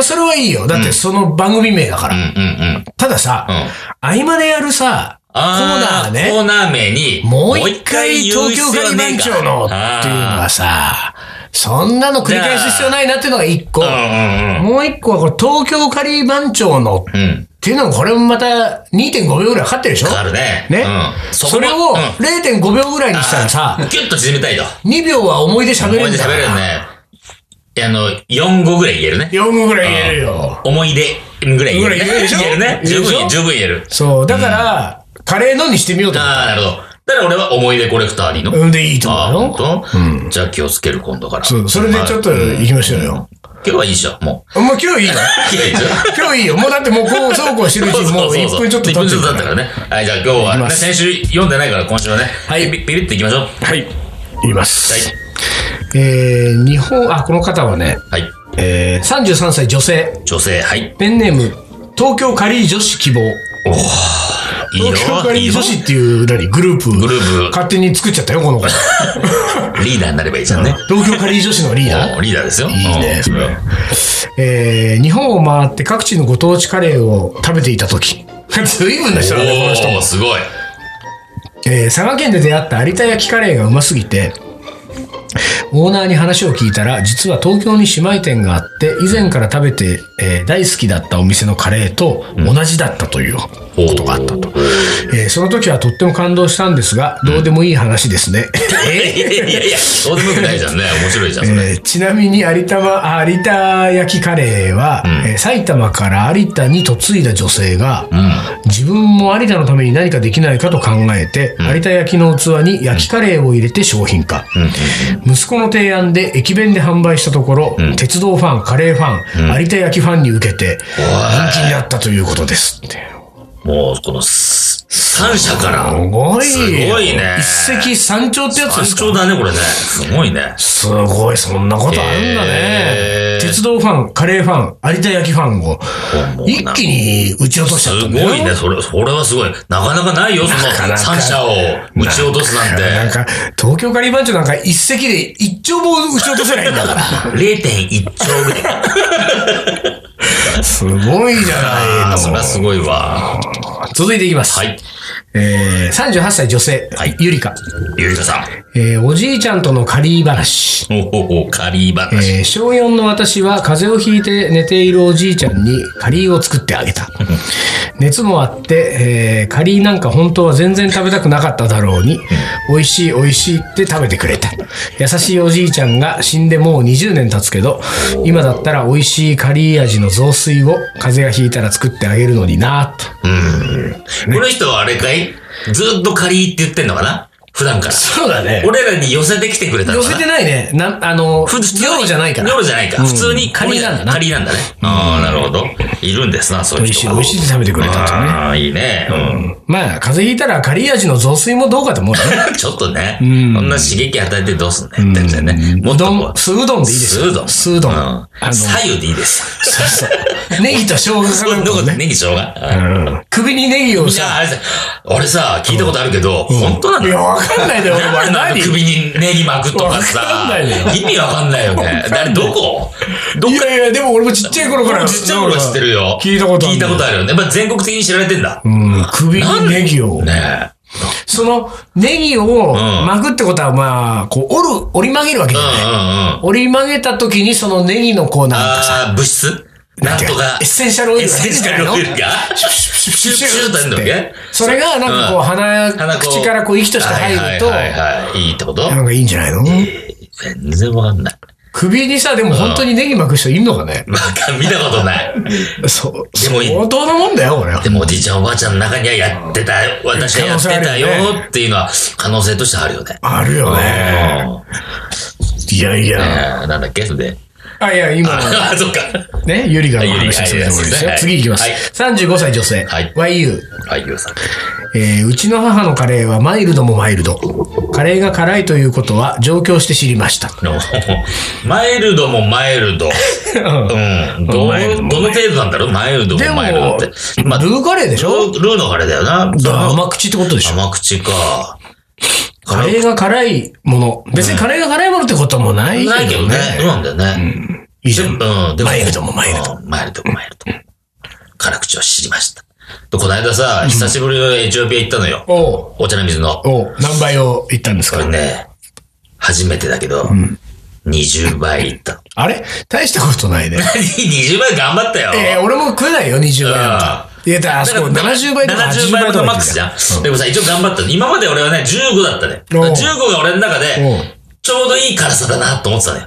Speaker 1: あ、それはいいよ。だってその番組名だから。
Speaker 2: ん。うんうんうん。
Speaker 1: たださ、
Speaker 2: うん
Speaker 1: 合間でやるさ、コーナー
Speaker 2: コ
Speaker 1: ね、
Speaker 2: ーナー名に、
Speaker 1: もう一回東京カリー番長のっていうの
Speaker 2: あ
Speaker 1: はさ、そんなの繰り返す必要ないなっていうのが一個。
Speaker 2: うんうん
Speaker 1: もう一個はこれ東京カリー番長のっ
Speaker 2: うん。うん。
Speaker 1: ていうのもこれもまた2.5秒ぐらいかかってるでしょ
Speaker 2: かかるね。
Speaker 1: ね、
Speaker 2: うん。
Speaker 1: そ
Speaker 2: こも
Speaker 1: れを
Speaker 2: う
Speaker 1: 0.5
Speaker 2: ん
Speaker 1: 秒ぐらいにしたらさ、
Speaker 2: ギュッと縮めたいと。
Speaker 1: 2秒は思い出喋れ
Speaker 2: 思
Speaker 1: る
Speaker 2: い
Speaker 1: ん
Speaker 2: 出
Speaker 1: だ
Speaker 2: 喋
Speaker 1: か
Speaker 2: れる
Speaker 1: ら。
Speaker 2: ね。いやあの、4、5ぐらい言えるね。
Speaker 1: 4ぐらい言えるよ。
Speaker 2: 思い出ぐらい言
Speaker 1: ぐ
Speaker 2: えるね。
Speaker 1: らい言えるでしょ
Speaker 2: 言えるね。十
Speaker 1: 言えるでし
Speaker 2: 分、
Speaker 1: ょ
Speaker 2: 十分言える。
Speaker 1: そう、だから、カレーのにしてみようと思っ
Speaker 2: ああ、なるほど。だから俺は思い出コレクターにの。
Speaker 1: た。うんでいいと
Speaker 2: ああ、
Speaker 1: 思
Speaker 2: ほん
Speaker 1: うよ。
Speaker 2: とじゃあ気をつける、今度から。
Speaker 1: そう、それでちょっと行きましょうよ。
Speaker 2: まあ今日はいいでしょ、も
Speaker 1: もう今日いいよ。
Speaker 2: う。いいでしょ。
Speaker 1: 今日いいよ。もうだってもうこう、そうこうしてるうちにもう1分ちょっと
Speaker 2: 経
Speaker 1: 経
Speaker 2: っ
Speaker 1: ってて
Speaker 2: る
Speaker 1: る
Speaker 2: か
Speaker 1: からら。
Speaker 2: ね。はい、じゃあ今日は、
Speaker 1: い
Speaker 2: ね、
Speaker 1: きます
Speaker 2: 先週読んでないから今週はね。
Speaker 1: はい
Speaker 2: ピリピリっていきましょう。
Speaker 1: はい。言います。
Speaker 2: は
Speaker 1: えー、日本、あ、この方はね、
Speaker 2: い。はい。
Speaker 1: えー、33歳女性、
Speaker 2: 女性、はい。
Speaker 1: ペンネーム、東京カリー女子希望。
Speaker 2: いいよ
Speaker 1: 東京カ。
Speaker 2: いい
Speaker 1: リー
Speaker 2: よ
Speaker 1: 女。子っていう、何、グループ。
Speaker 2: グルー
Speaker 1: 勝手に作っちゃったよ、こ の子。
Speaker 2: プ、リーダーになればいいじゃんね。
Speaker 1: 東京カリー女子のリーダー。
Speaker 2: もうリーダーですよ。い
Speaker 1: いねそれえー、日本を回って各地のご当地カレーを食べていた時 随分な人だね、この人
Speaker 2: おおー、すごい。
Speaker 1: えー佐賀県で出会った有田焼カレーがうますぎてオーナーに話を聞いたら実は東京に姉妹店があって以前から食べて、えー大好きだったお店のカレーと同じだったという、
Speaker 2: ことがあったと。
Speaker 1: えーその時はとっても感動したんですがどうでもいい話ですね、
Speaker 2: いやいやいや、どうでもよくないじゃんね。面白いじゃん、それ。
Speaker 1: えーちなみに有田は、あ有田焼きカレーは、えー埼玉から有田に嫁いだ女性が、自分も有田のために何かできないかと考えて、有田焼きの器に焼きカレーを入れて商品化。息子の提案で駅弁で販売したところ、鉄道ファン、カレーファン、有田焼きファンに受けて、人気になったということですって。
Speaker 2: もう、この、す三者から。
Speaker 1: すごい。
Speaker 2: すごいね。
Speaker 1: 一石三鳥ってやつです
Speaker 2: 三
Speaker 1: か
Speaker 2: 鳥だね、これね。すごいね。
Speaker 1: すごい、そんなことあるんだ
Speaker 2: へ
Speaker 1: ね
Speaker 2: ー。
Speaker 1: 鉄道ファン、カレーファン、有田焼きファンを
Speaker 2: もう
Speaker 1: 一
Speaker 2: な
Speaker 1: 気に撃ち落としちゃっ
Speaker 2: す
Speaker 1: たんだよ
Speaker 2: ごいね。それ、それはすごい。なかなかないよ、そ
Speaker 1: かな
Speaker 2: の
Speaker 1: か
Speaker 2: 三者を撃ち落とすなんて。
Speaker 1: なんか、東京カリー番長なんか一石で一丁棒撃ち落とせないんだ から。
Speaker 2: 0.1兆 ぐらい。
Speaker 1: すごいじゃ
Speaker 2: あ
Speaker 1: な
Speaker 2: あ、
Speaker 1: い
Speaker 2: それはすごいわ。
Speaker 1: の。続いていきます。
Speaker 2: はい。
Speaker 1: えー、38歳女性、ゆりか。
Speaker 2: ゆりかさん。
Speaker 1: えー、おじいちゃんとのカリー話。
Speaker 2: おおお、カリー話。
Speaker 1: えー小4の私は風邪をひいて寝ているおじいちゃんにカリーを作ってあげた。熱もあって、えーカリーなんか本当は全然食べたくなかっただろうに、美味しい美味しいって食べてくれた。優しいおじいちゃんが死んでもう20年経つけど、今だったら美味しいカリー味の雑炊を風邪がひいたら作ってあげるのになぁと。
Speaker 2: この人はあれかいずっとカリーって言ってんのかな普段から。
Speaker 1: そうだね。
Speaker 2: 俺らに寄せてきてくれたの
Speaker 1: 寄
Speaker 2: かな
Speaker 1: せてないね。な、あの、
Speaker 2: 普通に
Speaker 1: 量じゃないから。
Speaker 2: 量じゃないか。普通に
Speaker 1: 仮なんだな
Speaker 2: 仮なんだね。ああ、なるほど。いるんですな、そういう
Speaker 1: 美味しい
Speaker 2: 人。
Speaker 1: 美味しいって食べてくれたとね。
Speaker 2: ああ、いいね。うん。
Speaker 1: まあ、風邪ひいたらカリー味の雑炊もどうかと思うね。
Speaker 2: ちょっとね。こんな刺激与えてどうすんねってんだよね。も
Speaker 1: う
Speaker 2: っと
Speaker 1: ど
Speaker 2: こ
Speaker 1: ん、
Speaker 2: う。
Speaker 1: 酢うどんでいいです
Speaker 2: ス
Speaker 1: よ。
Speaker 2: ードン。
Speaker 1: 酢うどん。
Speaker 2: うん
Speaker 1: あの、
Speaker 2: 左右でいいです。
Speaker 1: ネギと生姜
Speaker 2: そういう
Speaker 1: か
Speaker 2: とこ
Speaker 1: か
Speaker 2: で
Speaker 1: る
Speaker 2: ネギしょうが。
Speaker 1: うん首にネギを
Speaker 2: じゃ
Speaker 1: さ、
Speaker 2: あ、あれさ、俺さ、聞いたことあるけど、本当なの
Speaker 1: いや、わかんないで、俺は。
Speaker 2: あの
Speaker 1: 何
Speaker 2: 首にネギ巻くとかさ
Speaker 1: わかんないよ。
Speaker 2: 意味わかんないよね。誰、どこどっ
Speaker 1: い
Speaker 2: か
Speaker 1: やいや、でも俺もちっちゃい頃から。
Speaker 2: ちっちゃい頃は知ってるよ。
Speaker 1: 聞いたことあ
Speaker 2: あ
Speaker 1: る
Speaker 2: る。聞いたことあるよね。まあ、全国的に知られてんだ。
Speaker 1: うん、首にネギを。
Speaker 2: ね
Speaker 1: その、ネギを巻くってことは、まあ、こう、折る、折り曲げるわけじ
Speaker 2: え。
Speaker 1: ゃ
Speaker 2: うんう
Speaker 1: ない。
Speaker 2: んうん。
Speaker 1: 折り曲げた時に、そのネギのこうなんかさ、
Speaker 2: あー、物質なんとか
Speaker 1: エッ。センシャルオイ
Speaker 2: エッ
Speaker 1: ルが
Speaker 2: セ
Speaker 1: 出
Speaker 2: ン
Speaker 1: て
Speaker 2: シ
Speaker 1: た
Speaker 2: ャル
Speaker 1: の
Speaker 2: オイルが
Speaker 1: シュッシュッシュッシ
Speaker 2: シュ
Speaker 1: ュ
Speaker 2: ッと
Speaker 1: ッ
Speaker 2: や
Speaker 1: つ
Speaker 2: るの
Speaker 1: っ
Speaker 2: っけ
Speaker 1: てそれがなんかこう
Speaker 2: うん
Speaker 1: 鼻、
Speaker 2: 鼻こう
Speaker 1: 口からこう息として入ると、
Speaker 2: はいはいはいはい。いいってこと
Speaker 1: なんかいいんじゃないの
Speaker 2: 全然わかんない。
Speaker 1: 首にさ、でも本当にネギ巻く人いるのかね
Speaker 2: まあ、見たことない。
Speaker 1: そう、
Speaker 2: でもいい
Speaker 1: 相当なもんだよ、これ。
Speaker 2: でもおじいちゃんおばあちゃんの中にはやってたよ。私はやって
Speaker 1: 可能性あ
Speaker 2: たよ
Speaker 1: るよね
Speaker 2: っていうのは可能性としてあるよね。
Speaker 1: あるよね。いやい
Speaker 2: うん
Speaker 1: や。
Speaker 2: えーなんだっけそれで。
Speaker 1: あ、いや、今の
Speaker 2: あ、 そっか。
Speaker 1: ね、ゆりがの話をするところですよ
Speaker 2: はい。
Speaker 1: 次行きます
Speaker 2: はい。
Speaker 1: 35歳女性
Speaker 2: はい。
Speaker 1: YU。
Speaker 2: はい、ゆうさん。
Speaker 1: えーうちの母のカレーはマイルドもマイルド。カレーが辛いということは上京して知りました。
Speaker 2: の マイルドもマイルド。うん。どう
Speaker 1: マイルドも
Speaker 2: どの程度なんだろうマイルド
Speaker 1: で
Speaker 2: も
Speaker 1: も、
Speaker 2: マイルドって。まあ、
Speaker 1: ル
Speaker 2: ル
Speaker 1: ーカレーでしょ
Speaker 2: ールーのあれだよな。
Speaker 1: 甘口ってことでしょ
Speaker 2: 甘口か。
Speaker 1: カレーが辛いもの。別にカレーが辛いものってこともない
Speaker 2: ない
Speaker 1: け
Speaker 2: け
Speaker 1: ど
Speaker 2: ど
Speaker 1: ね
Speaker 2: ね。。そうなんだよね。
Speaker 1: いいじ
Speaker 2: で
Speaker 1: ゃん。
Speaker 2: もうん、でも
Speaker 1: マイルドもマイルド
Speaker 2: うんマイルドもマイルド。辛口を知りました。で、この間さ、久しぶりのエチオピア行ったのよ。
Speaker 1: おう、
Speaker 2: お茶の水の。
Speaker 1: おう、何倍を言ったんです
Speaker 2: こ
Speaker 1: か
Speaker 2: れね、初めてだけど、 20倍いった。
Speaker 1: あれ大したことないね。
Speaker 2: 20倍頑張ったよ。
Speaker 1: えー、俺も食えないよ、20倍なんか。いや、だからあそこ70倍とか
Speaker 2: 70
Speaker 1: 80
Speaker 2: 倍
Speaker 1: 倍とか
Speaker 2: のマ
Speaker 1: 言っ
Speaker 2: ック
Speaker 1: て
Speaker 2: ス
Speaker 1: た
Speaker 2: じ
Speaker 1: よ。
Speaker 2: ゃん。でもさ、一応頑張った。今まで俺はね、15だったね。
Speaker 1: おう
Speaker 2: 15が俺の中で、ちょうどいい辛さだなと思ってたね。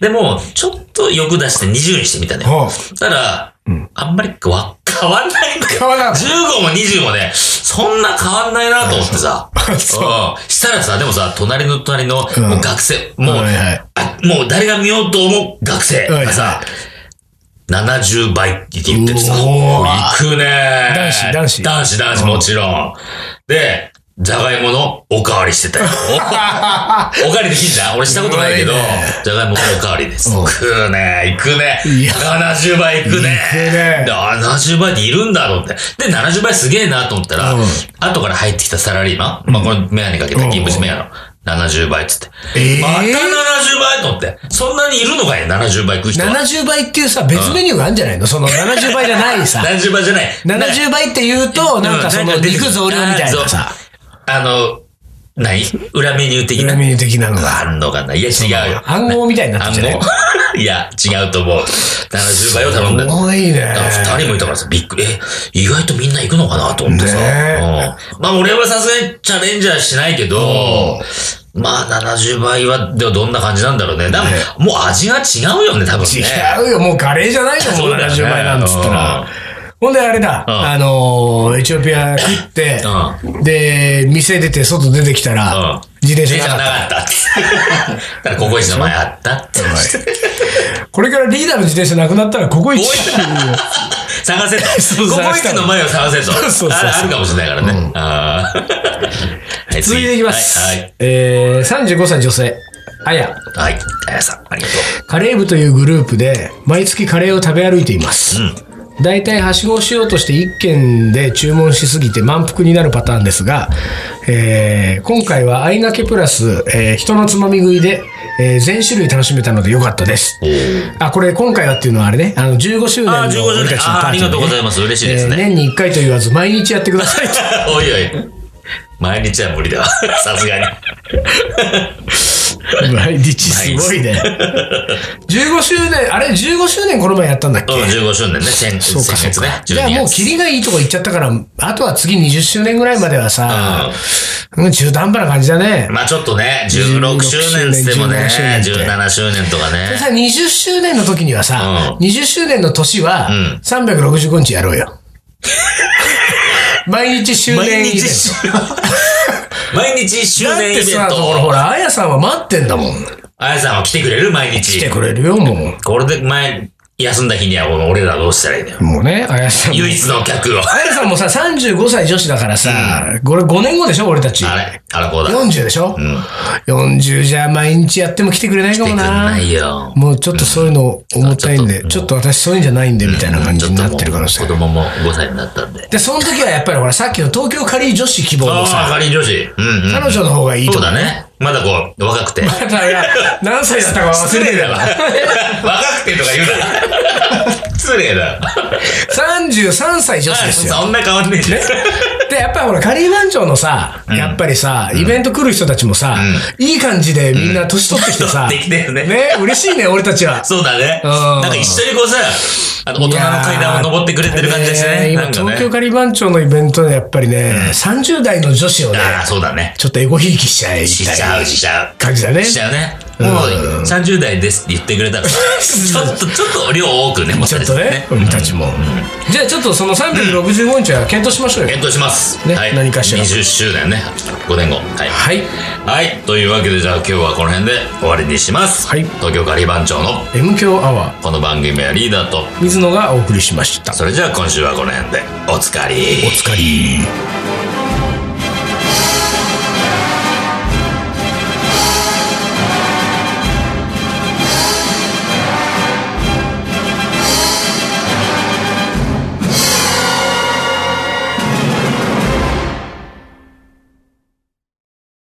Speaker 2: でも、ちょっと欲出して20にしてみたね。
Speaker 1: ほう
Speaker 2: たら、あんまり変わ変わんないんだよ。
Speaker 1: 変わらん
Speaker 2: 15も20もね、そんな変わんないなと思っ てさ。うんしたらさ、でもさ、隣の隣のもう
Speaker 1: うん
Speaker 2: 学生、もう、
Speaker 1: はいはい
Speaker 2: あもう誰が見ようと思う学生がさ、
Speaker 1: はい
Speaker 2: 70倍って言っててさ、
Speaker 1: う
Speaker 2: お
Speaker 1: おー
Speaker 2: 行くねー
Speaker 1: 男子男子
Speaker 2: 男子、男子、もちろん。で、じゃがいものおかわり してたよ。おかわりできんじゃん俺したことないけど
Speaker 1: うまいね、
Speaker 2: じゃがいものおかわりです。
Speaker 1: うん
Speaker 2: 行くね行くね
Speaker 1: いや
Speaker 2: 70倍行くね
Speaker 1: 行くね
Speaker 2: で70倍っているんだと思って。で、70倍すげえなと思ったら、
Speaker 1: うん
Speaker 2: 後から入ってきたサラリーマン、まあ、このメガネかけた銀縁メガネの。70倍っつって。
Speaker 1: えー
Speaker 2: また70倍と思って。そんなにいるのかよ、70倍食う人は。
Speaker 1: 70倍っていうさ、別メニューがあるんじゃないのその70倍じゃない さ。
Speaker 2: 70倍じゃない。
Speaker 1: 70倍って言うと、なんかその
Speaker 2: 出てく
Speaker 1: 肉
Speaker 2: る
Speaker 1: 増量みたいなさ、
Speaker 2: あの、何裏メニュー的
Speaker 1: 裏
Speaker 2: な。
Speaker 1: メニュー的なのが。
Speaker 2: あんのかないや、違うよ。
Speaker 1: 暗号みたいになっ
Speaker 2: 暗
Speaker 1: ててね。
Speaker 2: 号。 いや、違うと思う。70倍を頼んだ
Speaker 1: す
Speaker 2: の。
Speaker 1: ごいね
Speaker 2: だから二人もいたからさ、びっくり。え、意外とみんな行くのかなと思ってさ。
Speaker 1: ね
Speaker 2: うん、まあ俺はさすがにチャレンジャーしないけど、まあ70倍は、ではどんな感じなんだろうね。でも、もう味が違うよね、多分ね。
Speaker 1: 違うよ、もうカレーじゃないの
Speaker 2: そう
Speaker 1: もん、
Speaker 2: だよね
Speaker 1: 70倍なんつった
Speaker 2: うん
Speaker 1: ら。ほんであれだ、
Speaker 2: ん
Speaker 1: あのー、エチオピア食って、で、店出て、外出てきた
Speaker 2: う
Speaker 1: ら
Speaker 2: ん、
Speaker 1: 自転
Speaker 2: 電
Speaker 1: 車
Speaker 2: 車
Speaker 1: なか
Speaker 2: が
Speaker 1: っ
Speaker 2: な
Speaker 1: た。
Speaker 2: かったって。 だからここ一の前あったって。
Speaker 1: これからリーダーの自転車なくなったら、ここ一。
Speaker 2: 探せと。
Speaker 1: そう
Speaker 2: ココ
Speaker 1: 探
Speaker 2: イ
Speaker 1: した
Speaker 2: チ
Speaker 1: の
Speaker 2: の前を探せと。
Speaker 1: そうそうそう
Speaker 2: ああるかもしれないからね。あーはい
Speaker 1: 続いていきます。
Speaker 2: はい。はい
Speaker 1: えー、35歳女性、あや。
Speaker 2: はい。あやさん、ありがと
Speaker 1: カレー部というグループで毎月カレーを食べ歩いています、だいたいはしごをしようとして1軒で注文しすぎて満腹になるパターンですが、えー今回はあいがけプラス、えー人のつまみ食いで、えー全種類楽しめたので良かったです
Speaker 2: う。おー
Speaker 1: あこれ今回はっていうのはあれねあの15周年の
Speaker 2: あー15周年
Speaker 1: 俺たちのパーティー、ね、
Speaker 2: あーありがとうございます嬉しいですね
Speaker 1: えー年に1回と言わず毎日やってください と
Speaker 2: おいおい。毎日は無理だわ。さすがに。
Speaker 1: 毎日すごいね15周年あれ15周年この前やったんだっけ、
Speaker 2: うん、15周年ね。先
Speaker 1: そうか
Speaker 2: 先
Speaker 1: そう
Speaker 2: 月ね
Speaker 1: か。。
Speaker 2: 12
Speaker 1: じゃあもう
Speaker 2: 月。
Speaker 1: キリがいいとこ行っちゃったから、あとは次20周年ぐらいまではさ、うん、中途半端な感じだね。
Speaker 2: まあちょっとね、16周年っつっても
Speaker 1: 16
Speaker 2: ね、
Speaker 1: 周年って
Speaker 2: 17周年とか
Speaker 1: で
Speaker 2: ね。
Speaker 1: さ、20周年の時にはさ、
Speaker 2: う
Speaker 1: 20周年の年は、
Speaker 2: ん
Speaker 1: 365日やろうよ。 毎日周年
Speaker 2: 毎
Speaker 1: イベン
Speaker 2: 日
Speaker 1: ト。、
Speaker 2: 毎日周
Speaker 1: だっ
Speaker 2: 年イ
Speaker 1: て
Speaker 2: ベン
Speaker 1: さ、
Speaker 2: ト
Speaker 1: ほら、ほ
Speaker 2: を。
Speaker 1: ら、あやさんは待ってんだもん。
Speaker 2: あやさんは来てくれる毎日。
Speaker 1: 来てくれるよ、もう。
Speaker 2: これで前、休んだ日にはこの俺らどうしたらいいのよ。
Speaker 1: もうね、あやさんも。
Speaker 2: 唯一の客を。
Speaker 1: あやさんもさ、35歳女子だからさ、これ5年後でしょ、俺たち。
Speaker 2: あれあらこうだ。
Speaker 1: 40でしょ、?40 じゃ毎日やっても来てくれないかも
Speaker 2: 来てくん
Speaker 1: な。
Speaker 2: ないよ。
Speaker 1: もうちょっとそういうの重たいんで、
Speaker 2: うん
Speaker 1: ちょっと私そういうんじゃないんで、みたいな感じになってるから
Speaker 2: ちょ
Speaker 1: さ
Speaker 2: っ。ともう子供も5歳になったんで。
Speaker 1: で、その時はやっぱりほら、さっきの東京カリー女子希望の
Speaker 2: ああ、
Speaker 1: さ、
Speaker 2: 仮女子。うんうん。
Speaker 1: 彼女の方がいいと
Speaker 2: そう
Speaker 1: 思う。
Speaker 2: だね。まだこう、若くて。
Speaker 1: だから、 何歳だったか忘
Speaker 2: 失
Speaker 1: れてる
Speaker 2: 礼
Speaker 1: か
Speaker 2: だ わ。
Speaker 1: ら。
Speaker 2: 若くてとか言うな。失礼だ。
Speaker 1: 33歳女子ですよ。
Speaker 2: そんな変わんねえじゃん。
Speaker 1: で、やっぱりほら、カリー番長のさ、やっぱりさ、イベント来る人たちもさ、いい感じでみんな年取ってきてさ、
Speaker 2: うん年取ってきてるね
Speaker 1: 嬉しいね、俺たち は。
Speaker 2: そうだね。
Speaker 1: うん
Speaker 2: なんか一緒にこうさ、あの、大人の階段を登ってくれてる感じですね。
Speaker 1: いや
Speaker 2: な
Speaker 1: ー今、
Speaker 2: んかね
Speaker 1: 東京カリー番長のイベントでやっぱりね、30代の女子をね、
Speaker 2: ああ、そうだね。
Speaker 1: ちょっとエゴひいきしちゃえみ
Speaker 2: した
Speaker 1: い
Speaker 2: ち
Speaker 1: な
Speaker 2: ゃう、しちゃう。
Speaker 1: 感じだね。
Speaker 2: しち
Speaker 1: ち
Speaker 2: ゃうね。もう30代ですって言ってくれたら、 ちょっと、ちょっと量多くね、もう
Speaker 1: ょっとね、俺たちも。じゃあちょっとその365日は検討しましょうよ。
Speaker 2: 検討します。
Speaker 1: ね何かしら
Speaker 2: 20周年ね。5年後。はい。
Speaker 1: はい。
Speaker 2: はい。というわけで、じゃあ今日はこの辺で終わりにします。
Speaker 1: はい
Speaker 2: 東京カリバン長の
Speaker 1: M 強アワー、
Speaker 2: この番組はリーダーと、
Speaker 1: 水野がお送りしました。
Speaker 2: それじゃあ今週はこの辺で、おつかり。
Speaker 1: お疲れ。